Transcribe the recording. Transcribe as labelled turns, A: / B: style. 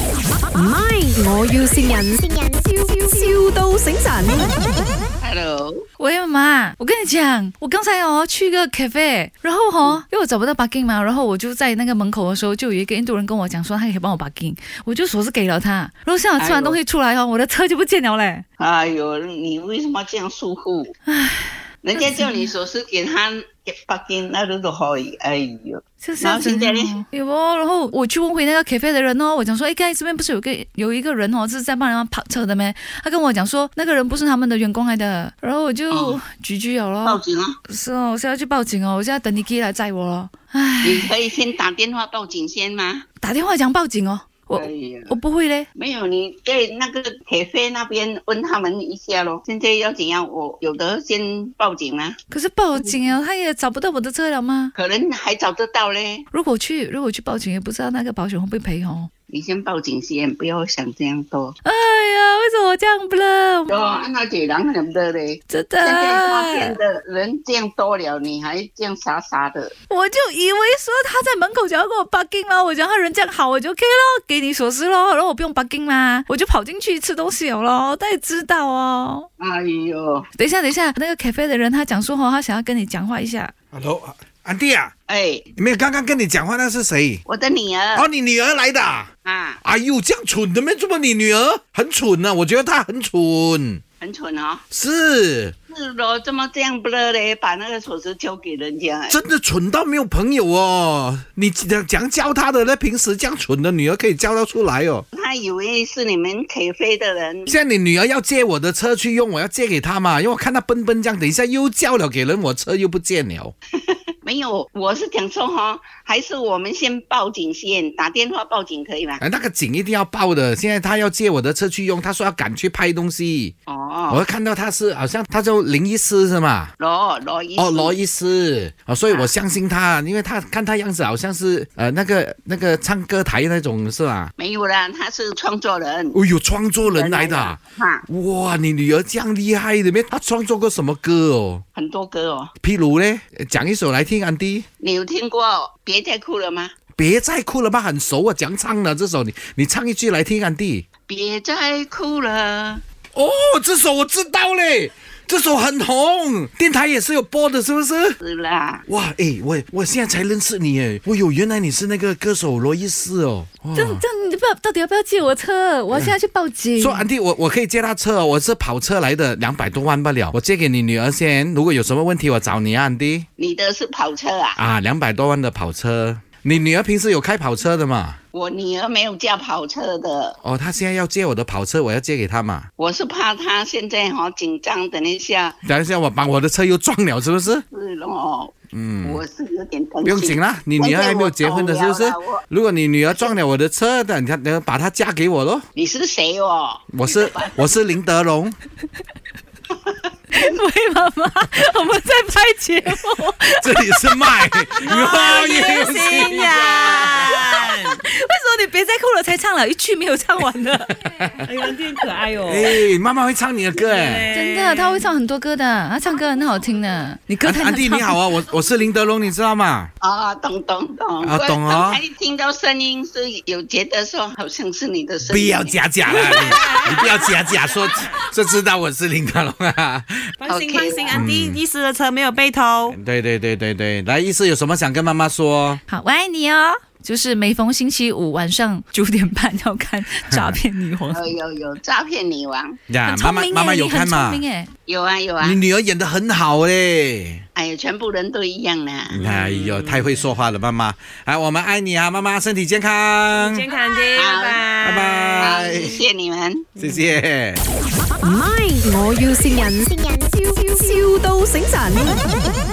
A: 唔係，我要善人，笑笑到醒神。
B: Hello，
C: 喂，妈妈，我跟你讲，我刚才哦去一个 cafe，然后
B: 嗯
C: 哦，因为我找不到 parking 嘛，然后我就在那个门口的时候，就有一个印度人跟我讲说他可以帮我 parking，我就说是给了他，然后下午吃完东西出来哦，我的车就不见了嘞。
B: 哎呦，你为什么这样疏忽？人家叫你手势给他给北京那都都可以，哎呦，
C: 就是
B: 然
C: 要
B: 后现
C: 怎
B: 在
C: 样
B: 呢
C: 哦？有哦，然后我去问回那个 cafe 的人哦，我讲说，哎，刚才这边不是有个有一个人哦，是在帮人家跑车的咩？他跟我讲说，那个人不是他们的员工来的，然后我就
B: 哦
C: 举举有
B: 报
C: 咯。
B: 警啊了，
C: 是哦，我现在去报警哦，我现在等你 K 来载我咯。唉，
B: 你可以先打电话报警先吗？
C: 打电话讲报警哦，我
B: 哎呀，
C: 我不会嘞。
B: 没有，你在那个铁飞那边问他们一下咯。现在要怎样？我有的先报警吗？
C: 可是报警啊，他也找不到我的车了吗？
B: 可能还找得到嘞。
C: 如果去，如果去报警，也不知道那个保险会不会赔哦。
B: 你先报警先，不要想这样多。
C: 哎呀，为什么我这样不
B: 哟、
C: 了？
B: 哦，那姐人很多嘞。
C: 真啊
B: 现在诈骗
C: 的，
B: 的人这样多了，你还这样傻傻的？
C: 我就以为说他在门口就要跟我 bargain 嘛，我觉得他人这样好，我就 OK 咯，给你所思咯，然后我不用 bargain 嘛，我就跑进去吃东西有咯，他也知道哦。
B: 哎呦，
C: 等一下，等一下，那个 cafe 的人他讲说哦，他想要跟你讲话一下。
D: Hello，安迪啊，
B: 哎，
D: 没有刚刚跟你讲话那是谁？
B: 我的女儿、
D: 哦，你女儿来的啊。
B: 啊，
D: 哎呦，这样蠢的咩？怎么你女儿很蠢呢、啊？我觉得她很蠢。
B: 很蠢哦，
D: 是，
B: 是咯，怎么这样不勒嘞？把那个手指交给人家、哎
D: 真的蠢到没有朋友哦。你讲讲教她的呢？平时这样蠢的女儿可以教得出来哦。
B: 他以为是你们铁飞的人，
D: 现在你女儿要借我的车去用，我要借给她嘛，因为我看她笨笨这样，等一下又叫了给人，我车又不见了。
B: 没有，我是讲说哈，还是我们先报警先，打电话报警可以吧？
D: 哎，那个警一定要报的。现在她要借我的车去用，她说要赶去拍东西。
B: 哦，
D: 我看到她是好像她叫林医师是吗？
B: 罗罗医
D: 哦，罗
B: 医，
D: 伊斯啊，所以我相信他，因为他看他样子好像是呃那个那个唱歌台那种是吧？
B: 没有啦，他是创作人，
D: 哎呦，创作人来的啊，
B: 哈，
D: 哇，你女儿这样厉害的咩？她创作过什么歌哦？
B: 很多歌哦，
D: 譬如呢，呃讲一首来听，安迪。
B: 你有听过《别再哭了》吗？
D: 别再哭了吧，很熟啊，讲唱的这首，你你唱一句来听，安迪。
B: 别再哭了，
D: 哦，这首我知道嘞，这首很红，电台也是有播的，是不是？
B: 是啦，
D: 哇，哎，我我现在才认识你哎，我有原来你是那个歌手罗伊斯哦。哇
C: 这样这样，你不要到底要不要借我车？我要现在去报
B: 嗯
C: 警。
D: 说安哎迪，我我可以借他车哦，我是跑车来的，两百多万不了，我借给你女儿先。如果有什么问题，我找你啊，安迪
B: 你的是跑车啊？
D: 啊，两百多万的跑车，你女儿平时有开跑车的嘛？
B: 我女儿没有驾跑车的，
D: 哦，她现在要借我的跑车，我要借给她嘛。
B: 我是怕她现在好紧张，等一下
D: 等一下我把我的车又撞了，是不是？
B: 是咯，嗯，我是有点担心。
D: 不用 紧啦，你女儿还没有结婚的，是不是
B: 我懂了我？
D: 如果你女儿撞了我的车，等她等把她嫁给我咯。
B: 你是谁哦？
D: 我是我是林德龙，
C: 喂，妈妈，我们在拍节目，
D: 这里是 麦，
B: 哦
D: 我也
C: 新人。为
B: 啊
C: 什 么你别再哭了才唱了一句没有唱完 的？
E: 哎呀，你很可爱哦。
D: 哎，妈妈会唱你的歌哎。
C: 真的，他会唱很多歌的，他唱歌很好听的。你歌太
D: 安
C: 难
D: 安迪
C: 唱。
D: 你好啊，我我是林德龙，你知道吗？
B: 啊，懂懂懂，
D: 啊
B: 我
D: 懂哦
B: 刚才听到声音是有觉得说好像是你的声
D: 不
B: 音，
D: 要假假 了，你你不要假假说就知道我是林德龙 啊！
E: 放心
B: OK
E: 放心，安迪医师的车没有被偷。
D: 对对对对对，来，医师有什么想跟妈妈说？
C: 好，我爱你哦。就是每逢星期五晚上九点半要看《诈骗女王》
B: 有有有诈骗女王，
D: 呀
C: 很，聪
D: 啊妈妈
C: 明耶，
D: 妈妈有
C: 你很
D: 看吗
C: 聪？明耶
B: 有啊有啊
D: 你，女儿演的很好嘞，
B: 哎呀，全部人都一样啦。
D: 哎呦，太会说话了，妈妈。哎，我们爱你啊，妈妈，身体健康，
E: 健康的，拜拜
D: 拜
B: 好，
D: 拜
B: 啊谢，谢你们。
D: 谢谢。
A: 唔係，我要善人，笑笑到醒神。